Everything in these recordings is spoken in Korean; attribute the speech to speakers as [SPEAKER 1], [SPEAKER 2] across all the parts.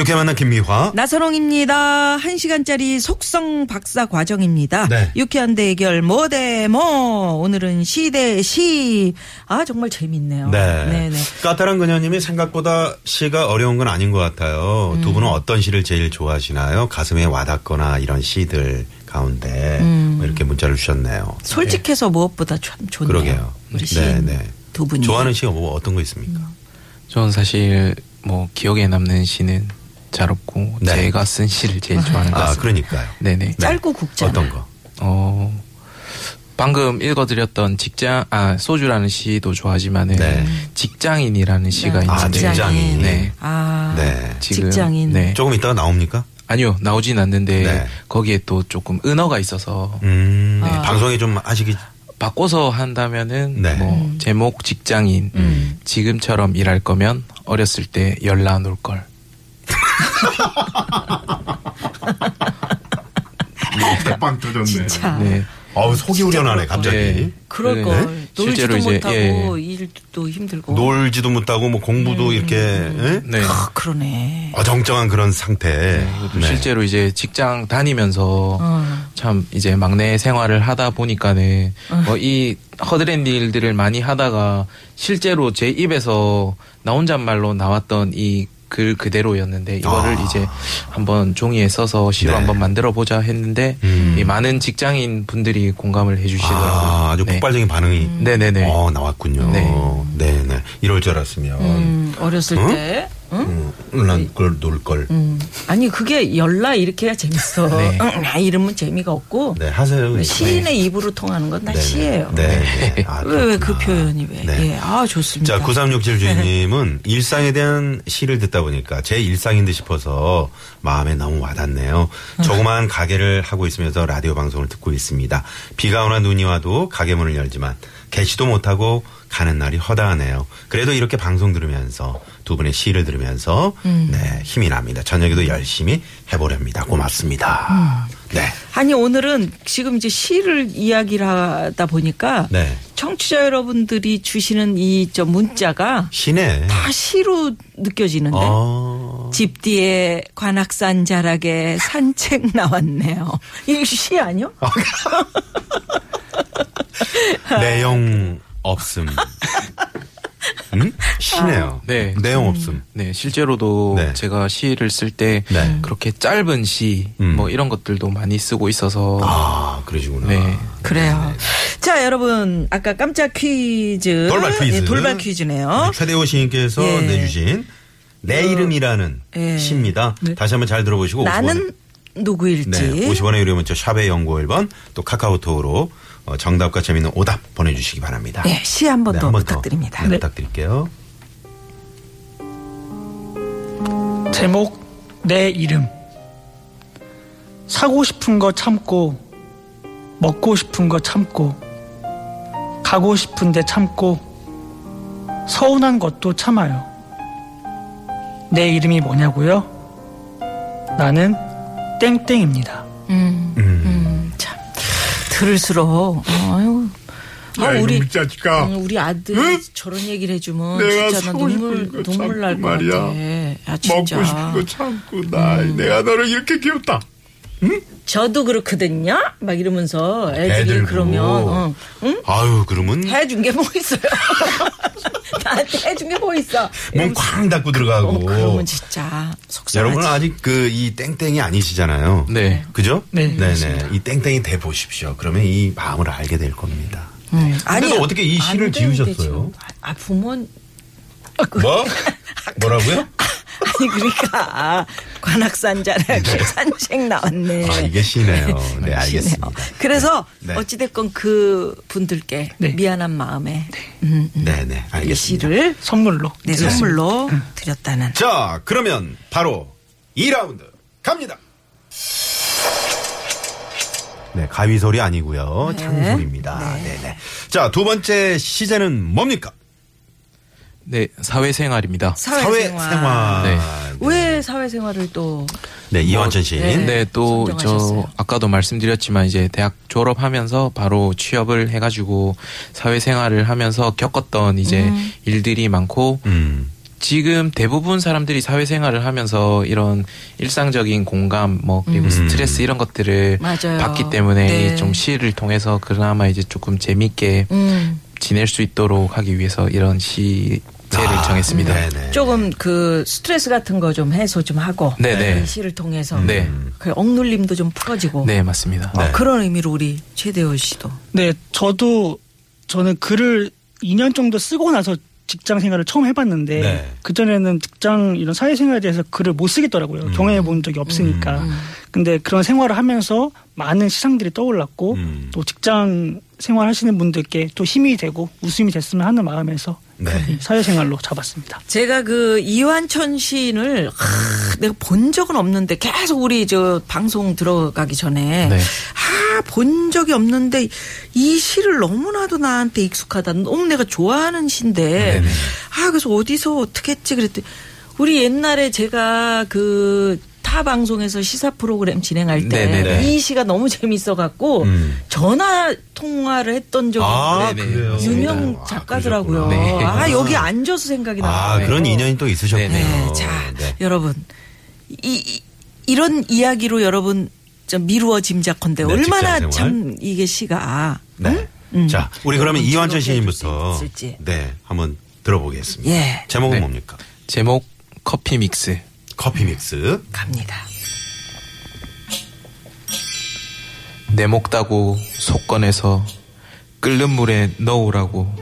[SPEAKER 1] 이렇게 만난 김미화.
[SPEAKER 2] 나선홍입니다. 한시간짜리 속성 박사 과정입니다.
[SPEAKER 1] 네.
[SPEAKER 2] 유쾌한 대결 뭐, 네, 뭐대뭐 오늘은 시대 시. 아 정말 재밌네요.
[SPEAKER 1] 네.
[SPEAKER 2] 네네.
[SPEAKER 1] 까탈한 그녀님이 생각보다 시가 어려운 건 아닌 것 같아요.
[SPEAKER 2] 음.
[SPEAKER 1] 두 분은 어떤 시를 제일 좋아하시나요? 가슴에 와닿거나 이런 시들 가운데
[SPEAKER 2] 음.
[SPEAKER 1] 뭐 이렇게 문자를 주셨네요.
[SPEAKER 2] 솔직해서 무엇보다 참 좋네요.
[SPEAKER 1] 그러게요. 네.
[SPEAKER 2] 우리 시인 두 분이. 음.
[SPEAKER 1] 좋아하는 시가 뭐 어떤 거 있습니까?
[SPEAKER 3] 저는 사실 뭐 기억에 남는 시는 잘 없고
[SPEAKER 1] 네.
[SPEAKER 3] 제가 쓴 시를 제일 좋아하는 것
[SPEAKER 1] 아,
[SPEAKER 3] 같습니다.
[SPEAKER 1] 그러니까요.
[SPEAKER 3] 네네.
[SPEAKER 2] 짧고 굵잖아요.
[SPEAKER 1] 어떤 거?
[SPEAKER 3] 어 방금 읽어드렸던 직장 아 소주라는 시도 좋아하지만은
[SPEAKER 1] 네.
[SPEAKER 3] 직장인이라는 시가
[SPEAKER 2] 네.
[SPEAKER 1] 아,
[SPEAKER 3] 있는데
[SPEAKER 1] 직장인.
[SPEAKER 3] 네.
[SPEAKER 2] 아
[SPEAKER 1] 네.
[SPEAKER 3] 지금
[SPEAKER 2] 직장인.
[SPEAKER 3] 네.
[SPEAKER 1] 조금 이따가 나옵니까?
[SPEAKER 3] 아니요 나오진 않는데
[SPEAKER 1] 네.
[SPEAKER 3] 거기에 또 조금 은어가 있어서
[SPEAKER 1] 음,
[SPEAKER 2] 아.
[SPEAKER 1] 방송에 좀 하시기.
[SPEAKER 3] 바꿔서 한다면은
[SPEAKER 1] 네. 음.
[SPEAKER 3] 뭐
[SPEAKER 2] 음.
[SPEAKER 3] 제목 직장인 지금처럼 일할 거면 어렸을 때 연락 안 올 걸
[SPEAKER 4] 빵 터졌네.
[SPEAKER 2] 진짜.
[SPEAKER 3] 네.
[SPEAKER 1] 어우, 속이 우려나네, 갑자기.
[SPEAKER 3] 네.
[SPEAKER 2] 그럴
[SPEAKER 3] 네.
[SPEAKER 2] 걸
[SPEAKER 3] 실제로
[SPEAKER 2] 놀지도
[SPEAKER 3] 이제,
[SPEAKER 2] 못하고
[SPEAKER 3] 예.
[SPEAKER 2] 일도 힘들고.
[SPEAKER 1] 놀지도 못하고 뭐 공부도 이렇게, 예?
[SPEAKER 3] 네.
[SPEAKER 2] 아, 그러네.
[SPEAKER 1] 어정쩡한 그런 상태.
[SPEAKER 2] 네,
[SPEAKER 1] 네.
[SPEAKER 3] 그리고 네. 실제로 이제 직장 다니면서
[SPEAKER 2] 어.
[SPEAKER 3] 참 이제 막내 생활을 하다 보니까는 뭐 이 허드렛 일들을 많이 하다가 실제로 제 입에서 나 혼잣말로 나왔던 이 글 그대로였는데 이거를
[SPEAKER 1] 아.
[SPEAKER 3] 이제 한번 종이에 써서 시로
[SPEAKER 1] 네. 음.
[SPEAKER 3] 한번 만들어 보자 했는데 이 많은 직장인 분들이 공감을 해주시더라고요.
[SPEAKER 1] 아,
[SPEAKER 2] 네.
[SPEAKER 1] 아주 폭발적인 반응이
[SPEAKER 3] 네. 네네
[SPEAKER 1] 어, 나왔군요.
[SPEAKER 3] 네.
[SPEAKER 1] 네, 네. 이럴 줄 알았으면.
[SPEAKER 2] 음, 어렸을
[SPEAKER 1] 응?
[SPEAKER 2] 때. 응?
[SPEAKER 1] 음, 난 그걸 놀 걸.
[SPEAKER 2] 음. 아니 그게 열라 이렇게 해야 재밌어.
[SPEAKER 3] 네.
[SPEAKER 2] 응, 아, 이러면 재미가 없고
[SPEAKER 1] 네, 하세요.
[SPEAKER 2] 시인의 입으로 통하는 건 다
[SPEAKER 1] 네, 네.
[SPEAKER 2] 시예요.
[SPEAKER 1] 네, 네. 아,
[SPEAKER 2] 왜 왜 그
[SPEAKER 1] 그렇구나.
[SPEAKER 2] 표현이 왜?
[SPEAKER 1] 네.
[SPEAKER 2] 예, 아 좋습니다.
[SPEAKER 1] 자, 9367 주인님은 일상에 대한 시를 듣다 보니까 제 일상인 듯 싶어서 마음에 너무 와닿네요. 조그마한 가게를 하고 있으면서 라디오 방송을 듣고 있습니다. 비가 오나 눈이 와도 가게 문을 열지만 개시도 못하고 가는 날이 허다하네요. 그래도 이렇게 방송 들으면서 두 분의 시를 들으면서
[SPEAKER 2] 음.
[SPEAKER 1] 네, 힘이 납니다. 저녁에도 열심히 해보렵니다.
[SPEAKER 2] 음.
[SPEAKER 1] 고맙습니다. 네.
[SPEAKER 2] 아니 오늘은 지금 이제 시를 이야기를 하다 보니까
[SPEAKER 1] 네.
[SPEAKER 2] 청취자 여러분들이 주시는 이 저 문자가
[SPEAKER 1] 시네.
[SPEAKER 2] 다 시로 느껴지는데
[SPEAKER 1] 어.
[SPEAKER 2] 집 뒤에 관악산 자락에 산책 나왔네요. 이게 시 아니요?
[SPEAKER 1] 내용 없음. 음?
[SPEAKER 2] 아,
[SPEAKER 1] 시네요.
[SPEAKER 3] 네.
[SPEAKER 1] 내용 없음.
[SPEAKER 3] 네, 실제로도
[SPEAKER 1] 네.
[SPEAKER 3] 제가 시를 쓸 때
[SPEAKER 1] 네.
[SPEAKER 3] 그렇게 짧은 시
[SPEAKER 1] 음.
[SPEAKER 3] 뭐 이런 것들도 많이 쓰고 있어서
[SPEAKER 1] 아, 그러시구나.
[SPEAKER 3] 네.
[SPEAKER 2] 그래요. 자 여러분 아까 깜짝 퀴즈
[SPEAKER 1] 돌발 퀴즈.
[SPEAKER 2] 예, 돌발 퀴즈네요.
[SPEAKER 1] 최대호 시인께서
[SPEAKER 2] 예. 어.
[SPEAKER 1] 내주신 내 이름이라는
[SPEAKER 2] 예.
[SPEAKER 1] 시입니다. 다시 한번 잘 들어보시고. 50원의,
[SPEAKER 2] 나는 누구일지.
[SPEAKER 1] 네, 50원의 유료 문자 샵의 연구 1번 또 카카오톡으로 어, 정답과 재미있는 오답 보내주시기 바랍니다.
[SPEAKER 2] 예, 시 한 번
[SPEAKER 1] 네,
[SPEAKER 2] 더
[SPEAKER 1] 한번
[SPEAKER 2] 부탁드립니다.
[SPEAKER 1] 네, 부탁드릴게요.
[SPEAKER 5] 제목 내 이름 사고 싶은 거 참고 먹고 싶은 거 참고 가고 싶은데 참고 서운한 것도 참아요 내 이름이 뭐냐고요? 나는 땡땡입니다
[SPEAKER 2] 참 들을수록 아유. 아,
[SPEAKER 4] 야,
[SPEAKER 2] 우리
[SPEAKER 4] 우리 자식아.
[SPEAKER 2] 음, 우리 아들 저런 얘기를 해주면
[SPEAKER 4] 내가
[SPEAKER 2] 진짜 나
[SPEAKER 4] 사고 싶은
[SPEAKER 2] 눈물
[SPEAKER 4] 거
[SPEAKER 2] 눈물 날 것
[SPEAKER 4] 참고 말이야.
[SPEAKER 2] 같아. 아,
[SPEAKER 4] 먹고
[SPEAKER 2] 진짜. 음.
[SPEAKER 4] 싶은 거 참고 나 내가 너를 이렇게 키웠다.
[SPEAKER 2] 저도 그렇거든요. 막 이러면서 애들이
[SPEAKER 1] 애들도.
[SPEAKER 2] 그러면 어,
[SPEAKER 1] 아유, 그러면
[SPEAKER 2] 해준 게 뭐 있어요? 나한테 해준 게 뭐 있어?
[SPEAKER 3] 네.
[SPEAKER 1] 몸 쾅 닫고
[SPEAKER 2] 어,
[SPEAKER 1] 들어가고.
[SPEAKER 2] 그러면 진짜 속상하지.
[SPEAKER 1] 여러분은 아직 그 이 땡땡이 아니시잖아요.
[SPEAKER 3] 네.
[SPEAKER 1] 그죠?
[SPEAKER 5] 네,
[SPEAKER 1] 네, 네. 이 땡땡이 돼 보십시오. 그러면 이 마음을 알게 될 겁니다.
[SPEAKER 2] 아니,
[SPEAKER 1] 근데도 어떻게 이 시를
[SPEAKER 2] 안 되는데
[SPEAKER 1] 지으셨어요?
[SPEAKER 2] 지금. 아 부모님 아, 그-
[SPEAKER 1] 뭐? 뭐라고요?
[SPEAKER 2] 아니 그러니까 관악산 자락에 산책 나왔네.
[SPEAKER 1] 네.
[SPEAKER 2] 아, 음.
[SPEAKER 1] 아, 이게 시네요. 네, 알겠습니다.
[SPEAKER 2] 그래서
[SPEAKER 1] 네.
[SPEAKER 2] 어찌됐건 그 분들께
[SPEAKER 5] 네.
[SPEAKER 2] 미안한 마음에
[SPEAKER 1] 네, 네.
[SPEAKER 2] 이
[SPEAKER 1] 알겠습니다.
[SPEAKER 2] 시를
[SPEAKER 5] 선물로
[SPEAKER 2] 네,
[SPEAKER 5] 드렸습니다.
[SPEAKER 2] 선물로 드렸다는.
[SPEAKER 1] 자, 그러면 바로 2라운드 갑니다. 네, 가위 소리 아니고요.
[SPEAKER 2] 네.
[SPEAKER 1] 창소리입니다. 네, 네. 자, 두 번째 시제는 뭡니까?
[SPEAKER 3] 네, 사회생활입니다.
[SPEAKER 2] 사회생활.
[SPEAKER 1] 사회생활.
[SPEAKER 3] 네. 뭐,
[SPEAKER 2] 왜 사회생활을 또
[SPEAKER 1] 네, 이원천 씨.
[SPEAKER 2] 네.
[SPEAKER 3] 근데 또
[SPEAKER 2] 선정하셨어요.
[SPEAKER 3] 저 아까도 말씀드렸지만 이제 대학 졸업하면서 바로 취업을 해가지고 사회생활을 하면서 겪었던 이제
[SPEAKER 2] 음.
[SPEAKER 3] 일들이 많고
[SPEAKER 1] 음.
[SPEAKER 3] 지금 대부분 사람들이 사회생활을 하면서 이런 일상적인 공감 뭐 그리고 스트레스 이런 것들을
[SPEAKER 2] 음. 맞아요.
[SPEAKER 3] 받기 때문에
[SPEAKER 2] 네.
[SPEAKER 3] 좀 시를 통해서 그나마 이제 조금 재밌게
[SPEAKER 2] 음,
[SPEAKER 3] 지낼 수 있도록 하기 위해서 이런 시제를
[SPEAKER 1] 아,
[SPEAKER 3] 정했습니다.
[SPEAKER 1] 네, 네.
[SPEAKER 2] 조금 그 스트레스 같은 거 좀 해소 좀 하고
[SPEAKER 3] 네, 네.
[SPEAKER 2] 이 시를 통해서
[SPEAKER 3] 네.
[SPEAKER 2] 그 억눌림도 좀 풀어지고
[SPEAKER 3] 네, 맞습니다.
[SPEAKER 2] 어,
[SPEAKER 1] 네.
[SPEAKER 2] 그런 의미로 우리 최대호 씨도
[SPEAKER 5] 네, 저도 저는 글을 2년 정도 쓰고 나서 직장 생활을 처음 해봤는데
[SPEAKER 1] 네.
[SPEAKER 5] 그 전에는 직장 이런 사회생활에 대해서 글을 못 쓰겠더라고요.
[SPEAKER 1] 음.
[SPEAKER 5] 경험해 본 적이 없으니까. 근데 그런 생활을 하면서 많은 시상들이 떠올랐고
[SPEAKER 1] 음.
[SPEAKER 5] 또 직장 생활하시는 분들께 또 힘이 되고 웃음이 됐으면 하는 마음에서
[SPEAKER 1] 네.
[SPEAKER 5] 이 사회생활로 잡았습니다.
[SPEAKER 2] 제가 그 이완천 시인을 아, 내가 본 적은 없는데 계속 우리 저 방송 들어가기 전에
[SPEAKER 3] 네.
[SPEAKER 2] 아 본 적이 없는데 이 시를 너무나도 나한테 익숙하다 너무 내가 좋아하는 시인데 아 그래서 어디서 어떻게 했지 그랬더니 우리 옛날에 제가 그 타 방송에서 시사 프로그램 진행할 때
[SPEAKER 3] 네, 네,
[SPEAKER 1] 네.
[SPEAKER 2] 이 시가 너무 재밌어 갖고
[SPEAKER 1] 음.
[SPEAKER 2] 전화 통화를 했던 적이
[SPEAKER 1] 아,
[SPEAKER 3] 네, 네.
[SPEAKER 1] 그래요.
[SPEAKER 2] 유명
[SPEAKER 1] 아,
[SPEAKER 2] 작가더라고요. 아,
[SPEAKER 1] 그러셨구나.
[SPEAKER 3] 네.
[SPEAKER 2] 여기 앉아서 생각이 나.
[SPEAKER 1] 아, 그런 인연이 또 있으셨네요.
[SPEAKER 2] 네, 자
[SPEAKER 1] 네.
[SPEAKER 2] 여러분 이, 이, 런 이야기로 여러분 좀 미루어 짐작컨대
[SPEAKER 1] 네,
[SPEAKER 2] 얼마나
[SPEAKER 1] 직장생활.
[SPEAKER 2] 참 이게 시가
[SPEAKER 1] 네.
[SPEAKER 2] 음.
[SPEAKER 1] 자, 우리 그러면
[SPEAKER 2] 음,
[SPEAKER 1] 이완천
[SPEAKER 2] 즐겁게 해줄
[SPEAKER 1] 시인부터
[SPEAKER 2] 수 있을지.
[SPEAKER 1] 네, 한번 들어보겠습니다.
[SPEAKER 2] 예.
[SPEAKER 1] 제목은
[SPEAKER 3] 네.
[SPEAKER 1] 뭡니까?
[SPEAKER 3] 제목 커피 믹스.
[SPEAKER 1] 커피 믹스.
[SPEAKER 2] 갑니다.
[SPEAKER 3] 내목 따고 속 꺼내서 끓는 물에 넣으라고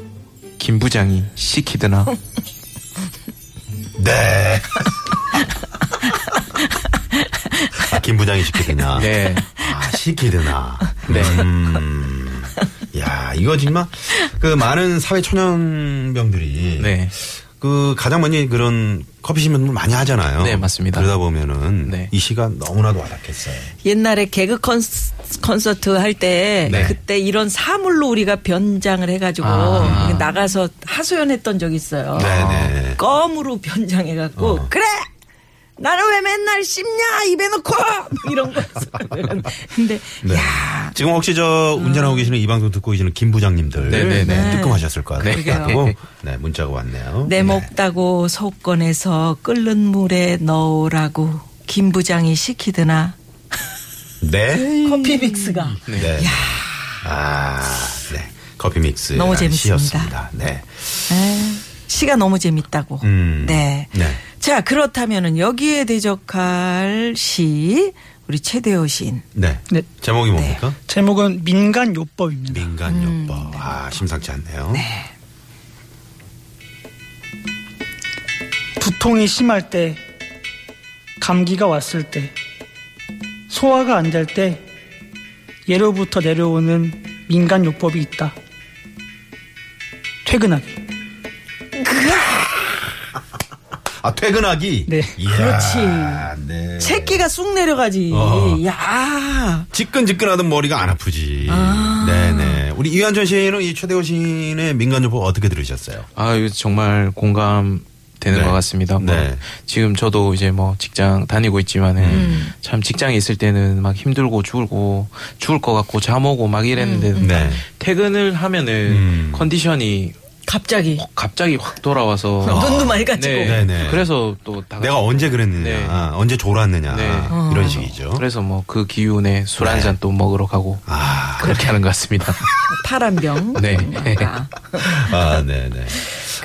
[SPEAKER 3] 김 부장이 시키드나
[SPEAKER 1] 네. 아, 김 부장이 시키드나.
[SPEAKER 3] 네
[SPEAKER 1] 아, 시키드나.
[SPEAKER 3] 네.
[SPEAKER 1] 음. 야, 이거 정말 그 많은 사회 초년병들이
[SPEAKER 3] 네.
[SPEAKER 1] 그 가장 많이 그런 커피 신문을 많이 하잖아요.
[SPEAKER 3] 네, 맞습니다.
[SPEAKER 1] 그러다 보면은
[SPEAKER 3] 네.
[SPEAKER 1] 이 시가 너무나도 와닿겠어요.
[SPEAKER 2] 옛날에 개그 컨스, 콘서트 할 때
[SPEAKER 3] 네.
[SPEAKER 2] 그때 이런 사물로 우리가 변장을 해가지고
[SPEAKER 3] 아.
[SPEAKER 2] 나가서 하소연했던 적이 있어요.
[SPEAKER 1] 네네.
[SPEAKER 2] 껌으로 변장해갖고
[SPEAKER 1] 어.
[SPEAKER 2] 그래 나는 왜 맨날 씹냐 입에 넣고 이런 거 있어요. 근데
[SPEAKER 1] 네.
[SPEAKER 2] 야
[SPEAKER 1] 지금 혹시 저 운전하고 계시는 이 방송 듣고 계시는 김 부장님들
[SPEAKER 3] 네네네.
[SPEAKER 1] 뜨끔하셨을 것
[SPEAKER 3] 네.
[SPEAKER 1] 같다고 네, 문자가 왔네요.
[SPEAKER 2] 내목 따고 속 꺼내서 끓는 물에 넣으라고 김 부장이 시키드나
[SPEAKER 1] 네. 네.
[SPEAKER 2] 커피 믹스가
[SPEAKER 1] 네. 아, 네. 커피 믹스
[SPEAKER 2] 너무 재밌습니다.
[SPEAKER 1] 시였습니다. 네.
[SPEAKER 2] 에이, 시가 너무 재밌다고
[SPEAKER 1] 음.
[SPEAKER 2] 네.
[SPEAKER 1] 네.
[SPEAKER 2] 자 그렇다면은 여기에 대적할 시 우리 최대호 시인
[SPEAKER 1] 네.
[SPEAKER 5] 네.
[SPEAKER 1] 제목이 뭡니까?
[SPEAKER 5] 제목은 민간 요법입니다.
[SPEAKER 1] 민간요법. 아, 심상치 않네요.
[SPEAKER 5] 두통이 심할 때, 감기가 왔을 때, 소화가 안 될 때, 예로부터 내려오는 민간 요법이 있다. 퇴근하기.
[SPEAKER 1] 아, 퇴근하기?
[SPEAKER 5] 네.
[SPEAKER 1] 이야,
[SPEAKER 2] 그렇지.
[SPEAKER 1] 네.
[SPEAKER 2] 새끼가 쑥 내려가지
[SPEAKER 1] 어.
[SPEAKER 2] 야
[SPEAKER 1] 지끈지끈하던 머리가 안 아프지. 네네. 우리 이한전 시인은 이 최대호 시인의 민간요법 어떻게 들으셨어요?
[SPEAKER 3] 아 이거 정말 공감 되는
[SPEAKER 1] 네.
[SPEAKER 3] 것 같습니다. 뭐
[SPEAKER 1] 네.
[SPEAKER 3] 지금 저도 이제 뭐 직장 다니고 있지만은
[SPEAKER 1] 음.
[SPEAKER 3] 참 직장에 있을 때는 막 힘들고 죽을고 죽을 것 같고 잠 오고 막 이랬는데
[SPEAKER 1] 네.
[SPEAKER 3] 퇴근을 하면은
[SPEAKER 1] 음.
[SPEAKER 3] 컨디션이
[SPEAKER 2] 갑자기
[SPEAKER 3] 갑자기 확 돌아와서
[SPEAKER 2] 눈도 많이 가지고
[SPEAKER 3] 네.
[SPEAKER 1] 어. 네네.
[SPEAKER 3] 그래서 또다
[SPEAKER 1] 내가 언제 그랬느냐,
[SPEAKER 3] 아, 네.
[SPEAKER 1] 언제 졸았느냐,
[SPEAKER 3] 네.
[SPEAKER 1] 이런 식이죠. 네.
[SPEAKER 3] 그래서 뭐 그 기운에 술 한 잔 또 먹으러 가고
[SPEAKER 1] 아,
[SPEAKER 3] 그렇게 하는 것 같습니다.
[SPEAKER 2] 파란병
[SPEAKER 3] 네.
[SPEAKER 2] 뭔가.
[SPEAKER 1] 아, 네네.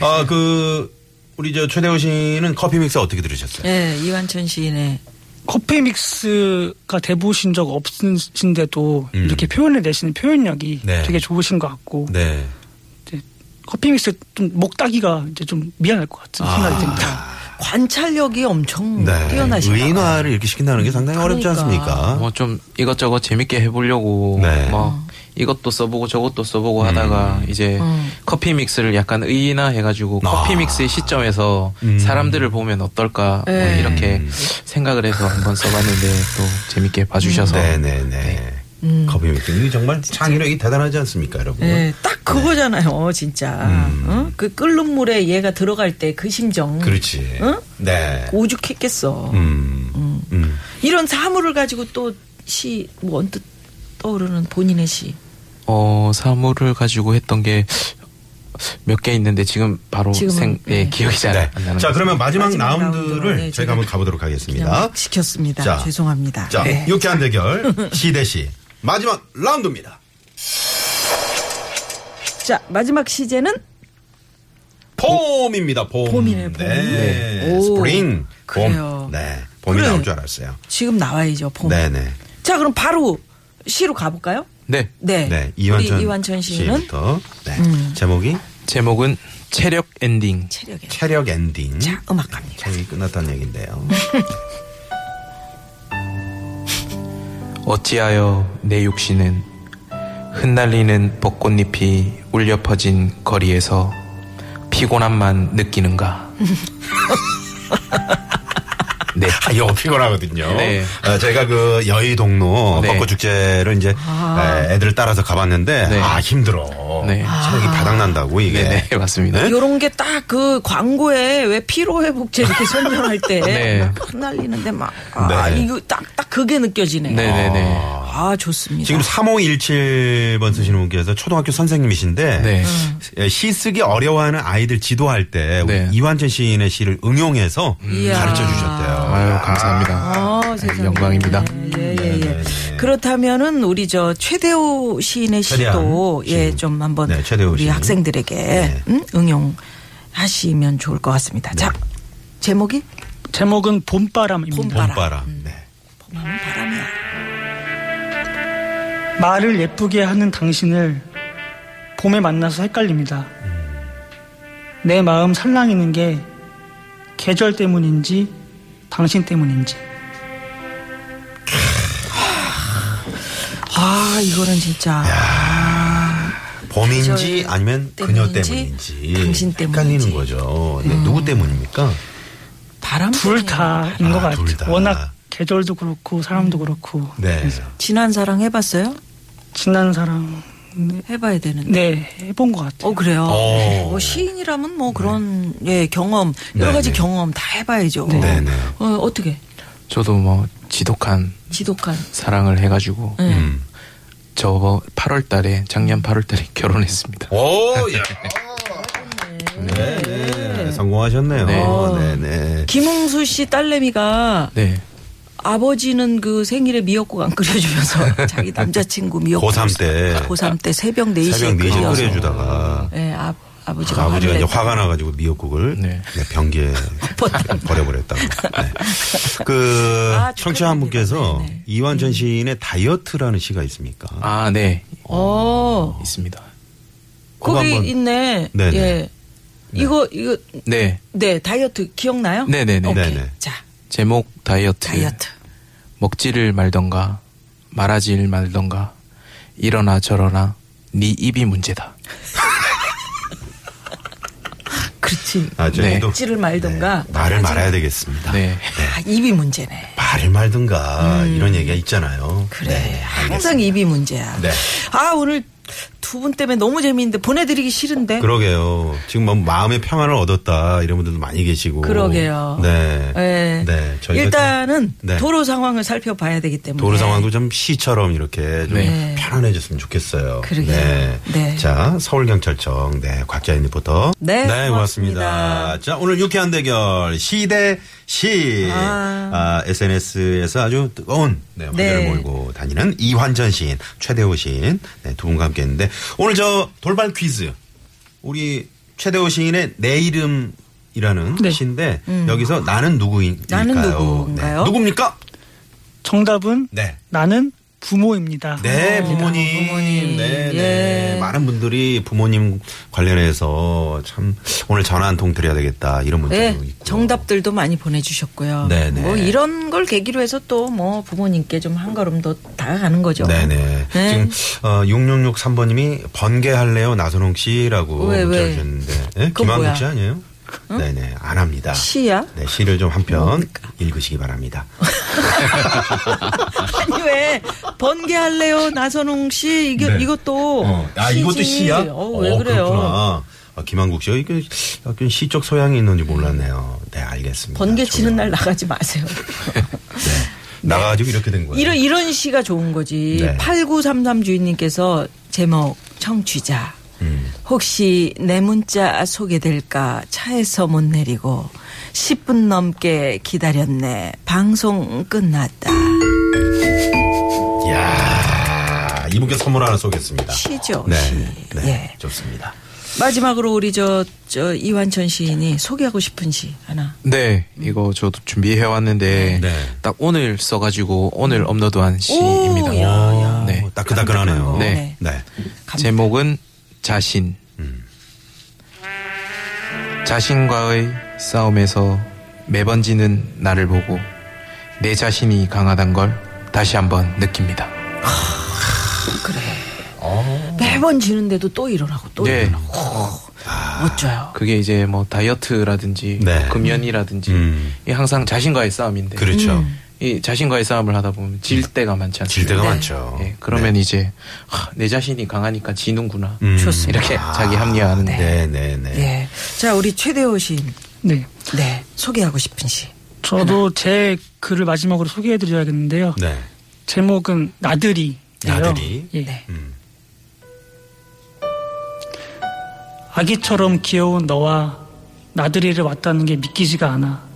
[SPEAKER 1] 아, 그, 우리 저 최대호 씨는 커피 믹스 어떻게 들으셨어요?
[SPEAKER 2] 예, 이완천 시인의
[SPEAKER 5] 커피 믹스가 대보신 적 없으신데도
[SPEAKER 1] 음.
[SPEAKER 5] 이렇게 표현을 내시는 표현력이
[SPEAKER 1] 네.
[SPEAKER 5] 되게 좋으신 것 같고
[SPEAKER 1] 네.
[SPEAKER 5] 이제 커피 믹스 좀 목따기가 이제 좀 미안할 것 같은
[SPEAKER 1] 아.
[SPEAKER 5] 생각이 듭니다.
[SPEAKER 2] 관찰력이 엄청
[SPEAKER 1] 네.
[SPEAKER 2] 음, 뛰어나시다.
[SPEAKER 1] 의인화를 이렇게 시킨다는 게 상당히 어렵지
[SPEAKER 2] 그러니까.
[SPEAKER 1] 않습니까?
[SPEAKER 3] 뭐 좀 이것저것 재밌게 해보려고
[SPEAKER 1] 네. 음.
[SPEAKER 3] 뭐 이것도 써보고 저것도 써보고 하다가 이제
[SPEAKER 2] 음.
[SPEAKER 3] 커피 믹스를 약간 의인화 해가지고
[SPEAKER 1] 아.
[SPEAKER 3] 커피 믹스의 시점에서
[SPEAKER 1] 음.
[SPEAKER 3] 사람들을 보면 어떨까 뭐
[SPEAKER 2] 네.
[SPEAKER 3] 이렇게 생각을 해서 한번 써봤는데 또 재밌게 봐주셔서
[SPEAKER 1] 음. 네네네.
[SPEAKER 2] 음.
[SPEAKER 1] 거북이 맥주. 이게 정말 창의력이 대단하지 않습니까, 여러분?
[SPEAKER 2] 예, 딱 그거잖아요, 진짜. 어? 그 끓는 물에 얘가 들어갈 때 그 심정.
[SPEAKER 1] 음. 그렇지.
[SPEAKER 2] 응?
[SPEAKER 1] 네.
[SPEAKER 2] 오죽했겠어.
[SPEAKER 1] 음. 음.
[SPEAKER 2] 이런 사물을 가지고 또 시, 뭐 언뜻 떠오르는 본인의 시.
[SPEAKER 3] 어 사물을 가지고 했던 게 몇 개 있는데 지금 바로
[SPEAKER 2] 지금은,
[SPEAKER 3] 생 예,
[SPEAKER 2] 네.
[SPEAKER 3] 기억이 잘 안
[SPEAKER 1] 네.
[SPEAKER 3] 나는
[SPEAKER 1] 자,
[SPEAKER 3] 것
[SPEAKER 1] 그러면 마지막,
[SPEAKER 2] 마지막
[SPEAKER 1] 라운드를
[SPEAKER 2] 라운드로, 네,
[SPEAKER 1] 저희가
[SPEAKER 2] 저희가
[SPEAKER 1] 한번 가보도록 하겠습니다.
[SPEAKER 2] 그냥 시켰습니다.
[SPEAKER 1] 자.
[SPEAKER 2] 죄송합니다.
[SPEAKER 1] 자,
[SPEAKER 2] 네.
[SPEAKER 1] 유쾌한 대결 시대시 마지막 라운드입니다.
[SPEAKER 2] 자, 마지막 시제는
[SPEAKER 1] 봄입니다. 봄.
[SPEAKER 2] 봄이네, 봄.
[SPEAKER 1] 네.
[SPEAKER 2] 오,
[SPEAKER 1] 스프링. 봄.
[SPEAKER 2] 그래요.
[SPEAKER 1] 네. 봄이
[SPEAKER 2] 그래.
[SPEAKER 1] 나올 줄 알았어요.
[SPEAKER 2] 지금 나와야죠, 봄.
[SPEAKER 1] 네, 네.
[SPEAKER 2] 자, 그럼 바로 시로 가볼까요?
[SPEAKER 3] 네
[SPEAKER 2] 네.
[SPEAKER 1] 네. 이완천,
[SPEAKER 2] 우리 이완천 씨는 음.
[SPEAKER 1] 씨부터. 네. 제목이
[SPEAKER 3] 제목은 체력 엔딩
[SPEAKER 2] 체력에.
[SPEAKER 1] 체력 엔딩.
[SPEAKER 2] 자, 음악 갑니다. 네.
[SPEAKER 1] 체력이 끝났다는 얘긴데요.
[SPEAKER 3] 어찌하여 내 육신은 흩날리는 벚꽃잎이 울려 퍼진 거리에서 피곤함만 느끼는가 네
[SPEAKER 1] 아, 이거 피곤하거든요.
[SPEAKER 3] 네.
[SPEAKER 1] 어, 제가 그 여의동로
[SPEAKER 3] 네.
[SPEAKER 1] 벚꽃축제를 이제
[SPEAKER 2] 아.
[SPEAKER 1] 에, 애들을 따라서 가봤는데
[SPEAKER 3] 네.
[SPEAKER 1] 아 힘들어.
[SPEAKER 3] 네.
[SPEAKER 1] 체력이 바닥난다고 이게.
[SPEAKER 3] 네네 맞습니다
[SPEAKER 1] 네?
[SPEAKER 2] 요런 게 딱 그 광고에 왜 피로회복제 이렇게 설명할 때.
[SPEAKER 3] 네.
[SPEAKER 2] 막 흩날리는데 막. 아,
[SPEAKER 1] 네.
[SPEAKER 2] 이거 딱, 딱 그게 느껴지네.
[SPEAKER 3] 네네네
[SPEAKER 2] 아, 좋습니다.
[SPEAKER 1] 지금 3517번 쓰시는 분께서 초등학교 선생님이신데
[SPEAKER 3] 네.
[SPEAKER 1] 예, 시 쓰기 어려워하는 아이들 지도할 때 우리
[SPEAKER 3] 네.
[SPEAKER 1] 이완천 시인의 시를 응용해서
[SPEAKER 2] 이야.
[SPEAKER 1] 가르쳐 주셨대요.
[SPEAKER 3] 아유 감사합니다
[SPEAKER 2] 아,
[SPEAKER 3] 네,
[SPEAKER 2] 세상에.
[SPEAKER 3] 영광입니다
[SPEAKER 1] 네,
[SPEAKER 2] 예, 예, 예. 그렇다면은 우리 저 최대호 시인의
[SPEAKER 1] 최대한
[SPEAKER 2] 시도 예,
[SPEAKER 1] 시인.
[SPEAKER 2] 좀 한번
[SPEAKER 1] 네, 최대호
[SPEAKER 2] 우리
[SPEAKER 1] 시인.
[SPEAKER 2] 학생들에게
[SPEAKER 1] 네.
[SPEAKER 2] 음, 응용하시면 좋을 것 같습니다. 자, 제목이
[SPEAKER 5] 제목은 봄바람입니다.
[SPEAKER 2] 봄바람.
[SPEAKER 1] 봄바람. 네.
[SPEAKER 2] 봄하면 바람이야.
[SPEAKER 5] 말을 예쁘게 하는 당신을 봄에 만나서 헷갈립니다. 내 마음 살랑이는 게 계절 때문인지 당신 때문인지.
[SPEAKER 2] 아, 이거는 진짜
[SPEAKER 1] 봄인지
[SPEAKER 2] 계절
[SPEAKER 1] 아니면 그녀
[SPEAKER 2] 때문인지,
[SPEAKER 1] 때문인지
[SPEAKER 2] 당신 때문인지. 음.
[SPEAKER 1] 헷갈리는 거죠. 네, 누구 때문입니까?
[SPEAKER 2] 바람 때문에
[SPEAKER 5] 둘 다인 것
[SPEAKER 1] 아, 둘
[SPEAKER 5] 같아요.
[SPEAKER 1] 다.
[SPEAKER 5] 워낙 계절도 그렇고 사람도 그렇고
[SPEAKER 1] 네.
[SPEAKER 2] 지난 사랑 해봤어요? 음,
[SPEAKER 5] 지난 사람
[SPEAKER 2] 해봐야 되는데.
[SPEAKER 5] 네 해본 것 같아요.
[SPEAKER 2] 어 그래요.
[SPEAKER 1] 오.
[SPEAKER 2] 뭐 시인이라면 뭐 그런 예 경험 여러
[SPEAKER 1] 네,
[SPEAKER 2] 가지
[SPEAKER 1] 네.
[SPEAKER 2] 경험 다 해봐야죠.
[SPEAKER 1] 네, 네.
[SPEAKER 2] 어, 어떻게
[SPEAKER 3] 저도 뭐 지독한
[SPEAKER 2] 지독한
[SPEAKER 3] 사랑을 해가지고
[SPEAKER 2] 네.
[SPEAKER 1] 음.
[SPEAKER 3] 저 8월 달에 작년 8월 달에 결혼했습니다.
[SPEAKER 1] 오, 야. 예. 네, 네. 성공하셨네요. 네,
[SPEAKER 3] 네.
[SPEAKER 1] 네.
[SPEAKER 2] 김홍수 씨 딸내미가
[SPEAKER 3] 네.
[SPEAKER 2] 아버지는 그 생일에 미역국 안 끓여주면서 자기 남자친구 미역국
[SPEAKER 1] 고3 때.
[SPEAKER 2] 고3 때 새벽 4시에
[SPEAKER 1] 새벽 4시에
[SPEAKER 2] 끓여서
[SPEAKER 1] 끓여주다가
[SPEAKER 2] 예, 아, 아버지가
[SPEAKER 1] 아버지가
[SPEAKER 2] 화를
[SPEAKER 1] 이제
[SPEAKER 2] 냈다.
[SPEAKER 1] 화가 나가지고 미역국을
[SPEAKER 3] 네.
[SPEAKER 1] 네, 변기에 버려버렸다고. 네. 그
[SPEAKER 2] 아,
[SPEAKER 1] 청취자 한 분께서
[SPEAKER 2] 네, 네.
[SPEAKER 1] 이완전 시인의 다이어트라는 시가 있습니까?
[SPEAKER 3] 아, 네.
[SPEAKER 2] 어
[SPEAKER 3] 있습니다.
[SPEAKER 1] 그거
[SPEAKER 2] 거기
[SPEAKER 1] 한번-
[SPEAKER 2] 있네
[SPEAKER 1] 네네.
[SPEAKER 2] 예 이거 이거
[SPEAKER 3] 네.
[SPEAKER 2] 네 다이어트 기억나요?
[SPEAKER 3] 네네네.
[SPEAKER 2] 오케이.
[SPEAKER 1] 네네. 네.
[SPEAKER 2] 자
[SPEAKER 3] 제목 다이어트.
[SPEAKER 2] 다이어트
[SPEAKER 3] 먹지를 말던가 말하질 말던가 이러나 저러나 네 입이 문제다.
[SPEAKER 2] 그렇지
[SPEAKER 1] 아,
[SPEAKER 3] 네.
[SPEAKER 1] 저희도 네.
[SPEAKER 2] 찌를 말던가
[SPEAKER 1] 말을 말아야 되겠습니다.
[SPEAKER 3] 네.
[SPEAKER 2] 아, 입이 문제네
[SPEAKER 1] 말을 말든가 이런 얘기가 있잖아요.
[SPEAKER 2] 음. 그래
[SPEAKER 1] 네,
[SPEAKER 2] 항상 입이 문제야
[SPEAKER 1] 네.
[SPEAKER 2] 아 오늘 두 분 때문에 너무 재미있는데 보내드리기 싫은데
[SPEAKER 1] 그러게요. 지금 뭐 마음의 평안을 얻었다 이런 분들도 많이 계시고.
[SPEAKER 2] 그러게요.
[SPEAKER 1] 네.
[SPEAKER 2] 예.
[SPEAKER 1] 네, 저희가
[SPEAKER 2] 일단은
[SPEAKER 1] 좀- 네.
[SPEAKER 2] 도로 상황을 살펴봐야 되기 때문에
[SPEAKER 1] 도로 상황도 좀 시처럼 이렇게 좀
[SPEAKER 3] 네.
[SPEAKER 1] 편안해졌으면 좋겠어요.
[SPEAKER 2] 그러게요. 네.
[SPEAKER 1] 자, 서울경찰청, 네, 곽자인 리포터.
[SPEAKER 2] 네,
[SPEAKER 1] 고맙습니다.
[SPEAKER 2] 고맙습니다.
[SPEAKER 1] 자, 오늘 유쾌한 대결, 시대 시.
[SPEAKER 2] 아.
[SPEAKER 1] 아, SNS에서 아주 뜨거운, 네, 화제를
[SPEAKER 2] 네.
[SPEAKER 1] 몰고 다니는 이환전 시인, 최대호 시인, 네, 두 분과 함께 했는데, 오늘 저 돌발 퀴즈. 우리 최대호 시인의 내 이름이라는
[SPEAKER 5] 네.
[SPEAKER 1] 시인데, 여기서 나는 누구인가요?
[SPEAKER 2] 음. 나는 누구인가요?
[SPEAKER 1] 네. 누굽니까?
[SPEAKER 5] 정답은
[SPEAKER 1] 네.
[SPEAKER 5] 나는 부모입니다.
[SPEAKER 1] 네, 부모님.
[SPEAKER 2] 부모님.
[SPEAKER 1] 네,
[SPEAKER 2] 예.
[SPEAKER 1] 네. 많은 분들이 부모님 관련해서 참 오늘 전화 한 통 드려야 되겠다 이런 문자도
[SPEAKER 2] 네,
[SPEAKER 1] 있고.
[SPEAKER 2] 정답들도 많이 보내주셨고요.
[SPEAKER 1] 네, 네.
[SPEAKER 2] 뭐 이런 걸 계기로 해서 또 뭐 부모님께 좀 한 걸음 더 다가가는 거죠.
[SPEAKER 1] 네네.
[SPEAKER 2] 네.
[SPEAKER 1] 지금 어, 6663번님이 번개할래요 나선홍 씨라고
[SPEAKER 2] 왜,
[SPEAKER 1] 문자
[SPEAKER 2] 왜?
[SPEAKER 1] 주셨는데 네?
[SPEAKER 2] 그건
[SPEAKER 1] 김한국
[SPEAKER 2] 뭐야?
[SPEAKER 1] 씨 아니에요? 네네 안 합니다.
[SPEAKER 2] 시야?
[SPEAKER 1] 네 시를 좀 한 편 읽으시기 바랍니다.
[SPEAKER 2] 아니 왜 번개 할래요 나선홍 씨 이게
[SPEAKER 1] 네.
[SPEAKER 2] 이것도
[SPEAKER 1] 어, 아
[SPEAKER 2] 시지.
[SPEAKER 1] 이것도 시야?
[SPEAKER 2] 어, 왜
[SPEAKER 1] 어,
[SPEAKER 2] 그래요?
[SPEAKER 1] 그렇구나. 아, 김한국 씨요. 이게 약간 시적 소양이 있는지 몰랐네요. 네 알겠습니다.
[SPEAKER 2] 번개 치는 날
[SPEAKER 1] 정말.
[SPEAKER 2] 나가지 마세요.
[SPEAKER 1] 나가가지고 이렇게 된 거예요.
[SPEAKER 2] 이런 이런 시가 좋은 거지.
[SPEAKER 1] 네.
[SPEAKER 2] 8933 주인님께서 제목 청취자.
[SPEAKER 1] 음.
[SPEAKER 2] 혹시 내 문자 소개될까 차에서 못 내리고 10분 넘게 기다렸네. 방송 끝났다.
[SPEAKER 1] 야 이분께 선물 하나 쏘겠습니다.
[SPEAKER 2] 시죠,
[SPEAKER 1] 네,
[SPEAKER 2] 시.
[SPEAKER 1] 네
[SPEAKER 2] 예.
[SPEAKER 1] 좋습니다.
[SPEAKER 2] 마지막으로 우리 저, 저 이완천 시인이 소개하고 싶은 시 하나.
[SPEAKER 3] 네, 이거 저도 준비해 왔는데
[SPEAKER 1] 네.
[SPEAKER 3] 딱 오늘 써가지고
[SPEAKER 2] 음.
[SPEAKER 3] 오늘 업로드한 시입니다.
[SPEAKER 2] 야, 야.
[SPEAKER 3] 네.
[SPEAKER 1] 뭐 따끈따끈하네요.
[SPEAKER 3] 네.
[SPEAKER 1] 네.
[SPEAKER 3] 제목은 자신.
[SPEAKER 2] 음.
[SPEAKER 3] 자신과의 싸움에서 매번 지는 나를 보고 내 자신이 강하단 걸 다시 한번 느낍니다.
[SPEAKER 2] 매번 지는데도 또 일어나고 또
[SPEAKER 3] 네.
[SPEAKER 2] 일어나고.
[SPEAKER 1] 아,
[SPEAKER 2] 어쩌요?
[SPEAKER 3] 그게 이제 뭐 다이어트라든지
[SPEAKER 1] 네.
[SPEAKER 3] 금연이라든지
[SPEAKER 1] 음.
[SPEAKER 3] 이게 항상 자신과의 싸움인데
[SPEAKER 1] 그렇죠.
[SPEAKER 2] 음.
[SPEAKER 1] 음.
[SPEAKER 3] 이 자신과의 싸움을 하다 보면 질 때가 많지 않습니까?
[SPEAKER 1] 질
[SPEAKER 2] 네.
[SPEAKER 1] 때가 많죠. 네.
[SPEAKER 3] 예, 그러면 이제 하, 내 자신이 강하니까 지는구나
[SPEAKER 1] 음.
[SPEAKER 2] 좋습니다.
[SPEAKER 3] 이렇게 자기 합리화하는데
[SPEAKER 1] 네, 네, 네.
[SPEAKER 2] 예. 자, 우리 최대호 시인.
[SPEAKER 5] 네.
[SPEAKER 2] 네. 소개하고 싶은 시.
[SPEAKER 5] 저도 제 글을 마지막으로 소개해드려야겠는데요.
[SPEAKER 1] 네.
[SPEAKER 5] 제목은 나들이.
[SPEAKER 1] 나들이.
[SPEAKER 5] 예.
[SPEAKER 2] 네.
[SPEAKER 1] 음.
[SPEAKER 5] 아기처럼 귀여운 너와 나들이를 왔다는 게 믿기지가 않아.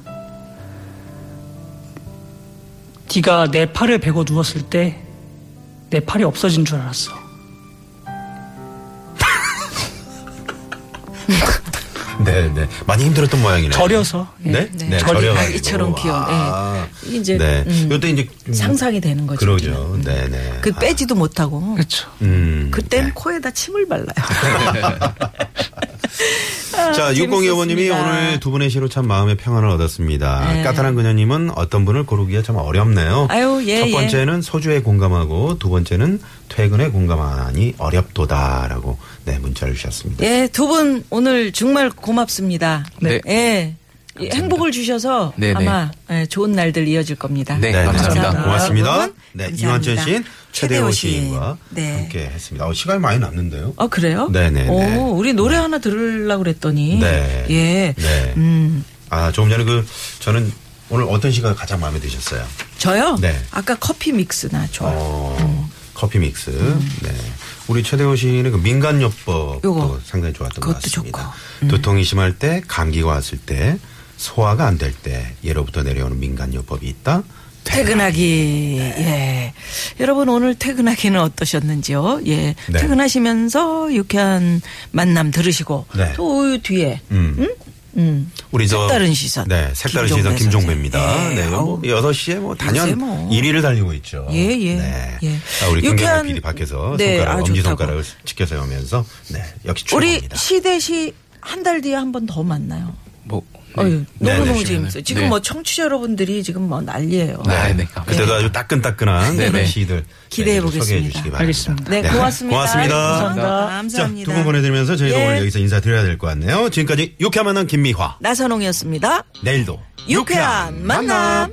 [SPEAKER 5] 네가 내 팔을 베고 누웠을 때 내 팔이 없어진 줄 알았어.
[SPEAKER 1] 네, 네. 많이 힘들었던 모양이네요.
[SPEAKER 5] 절여서. 예.
[SPEAKER 1] 네?
[SPEAKER 2] 네.
[SPEAKER 1] 네,
[SPEAKER 2] 절이
[SPEAKER 1] 절여가지고.
[SPEAKER 2] 아기처럼 귀여운,
[SPEAKER 1] 아.
[SPEAKER 2] 예. 이제,
[SPEAKER 1] 네.
[SPEAKER 2] 음,
[SPEAKER 1] 요때 이제 음,
[SPEAKER 2] 상상이 되는 거죠.
[SPEAKER 1] 그러죠. 네, 네.
[SPEAKER 2] 그 빼지도 못하고.
[SPEAKER 5] 그렇죠.
[SPEAKER 1] 음.
[SPEAKER 2] 그땐
[SPEAKER 1] 네. 아,
[SPEAKER 2] 코에다 침을 발라요.
[SPEAKER 1] 자, 6025번님이
[SPEAKER 2] 재밌었습니다.
[SPEAKER 1] 오늘 두 분의 시로 참 마음의 평안을 얻었습니다.
[SPEAKER 2] 네.
[SPEAKER 1] 까탈한 그녀님은 어떤 분을 고르기가 참 어렵네요.
[SPEAKER 2] 아유, 예,
[SPEAKER 1] 첫
[SPEAKER 2] 예.
[SPEAKER 1] 번째는 소주에 공감하고 두 번째는 퇴근에 공감하니 어렵도다라고 네 문자를 주셨습니다.
[SPEAKER 2] 예, 두 분 오늘 정말 고맙습니다.
[SPEAKER 3] 네.
[SPEAKER 2] 예. 이 행복을 주셔서
[SPEAKER 3] 네, 네.
[SPEAKER 2] 아마 예, 좋은 날들 이어질 겁니다.
[SPEAKER 3] 네, 감사합니다.
[SPEAKER 1] 고맙습니다.
[SPEAKER 2] 예, 여러분,
[SPEAKER 1] 네,
[SPEAKER 2] 감사합니다.
[SPEAKER 1] 이완천 시인 최대호
[SPEAKER 2] 최대호
[SPEAKER 1] 시인과
[SPEAKER 2] 시인. 네.
[SPEAKER 1] 함께 했습니다. 어, 시간이 많이 남는데요.
[SPEAKER 2] 아 그래요?
[SPEAKER 1] 네, 네, 네.
[SPEAKER 2] 오, 우리 노래 하나 들으려고 그랬더니
[SPEAKER 1] 네.
[SPEAKER 2] 예.
[SPEAKER 1] 네.
[SPEAKER 2] 음.
[SPEAKER 1] 아, 조금 전에 그 저는 오늘 어떤 시가 가장 마음에 드셨어요?
[SPEAKER 2] 저요?
[SPEAKER 1] 네.
[SPEAKER 2] 아까 커피 믹스나 좋아요.
[SPEAKER 1] 어, 커피 믹스. 네. 우리 최대호 씨는 그 민간요법도
[SPEAKER 2] 요거.
[SPEAKER 1] 상당히 좋았던 것
[SPEAKER 2] 그것도
[SPEAKER 1] 같습니다.
[SPEAKER 2] 좋고. 음.
[SPEAKER 1] 두통이 심할 때, 감기가 왔을 때, 소화가 안 될 때, 예로부터 내려오는 민간요법이 있다.
[SPEAKER 2] 퇴근하기.
[SPEAKER 1] 네.
[SPEAKER 2] 예. 여러분 오늘 퇴근하기는 어떠셨는지요? 예.
[SPEAKER 1] 네.
[SPEAKER 2] 퇴근하시면서 유쾌한 만남 들으시고
[SPEAKER 1] 네.
[SPEAKER 2] 또그 뒤에
[SPEAKER 1] 음.
[SPEAKER 2] 음.
[SPEAKER 1] 우리 저
[SPEAKER 2] 색다른 시선.
[SPEAKER 1] 네, 색다른
[SPEAKER 2] 김종배
[SPEAKER 1] 시선 김종배입니다.
[SPEAKER 2] 선생님.
[SPEAKER 1] 네,
[SPEAKER 2] 예,
[SPEAKER 1] 뭐
[SPEAKER 2] 아우.
[SPEAKER 1] 6시에 뭐 단연
[SPEAKER 2] 요새 뭐.
[SPEAKER 1] 1위를 달리고 있죠.
[SPEAKER 2] 예, 예,
[SPEAKER 1] 네.
[SPEAKER 2] 예.
[SPEAKER 1] 아, 우리
[SPEAKER 2] 유쾌한-
[SPEAKER 1] 김경호 PD 밖에서
[SPEAKER 2] 네,
[SPEAKER 1] 손가락
[SPEAKER 2] 아,
[SPEAKER 1] 엄지
[SPEAKER 2] 좋다고.
[SPEAKER 1] 손가락을 지켜 세우면서 네, 역시
[SPEAKER 2] 우리
[SPEAKER 1] 최고입니다.
[SPEAKER 2] 시대시 한 달 뒤에 한 번 더 만나요.
[SPEAKER 3] 뭐 네.
[SPEAKER 2] 어휴,
[SPEAKER 1] 네,
[SPEAKER 2] 너무너무
[SPEAKER 1] 네.
[SPEAKER 2] 재밌어요. 지금
[SPEAKER 3] 네.
[SPEAKER 2] 뭐 청취자 여러분들이 지금 뭐 난리예요.
[SPEAKER 3] 네, 네.
[SPEAKER 1] 그때도 아주 따끈따끈한
[SPEAKER 3] 네,
[SPEAKER 1] 그런
[SPEAKER 3] 네.
[SPEAKER 1] 시들
[SPEAKER 2] 기대해 보겠습니다.
[SPEAKER 1] 소개해 주시기 바랍니다.
[SPEAKER 5] 알겠습니다.
[SPEAKER 2] 네, 고맙습니다.
[SPEAKER 1] 고맙습니다.
[SPEAKER 2] 감사합니다.
[SPEAKER 1] 자, 두 분 보내드리면서 저희가
[SPEAKER 2] 예.
[SPEAKER 1] 오늘 여기서 인사드려야 될 것 같네요. 지금까지 유쾌한 만남 김미화.
[SPEAKER 2] 나선홍이었습니다.
[SPEAKER 1] 내일도
[SPEAKER 2] 유쾌한 만남.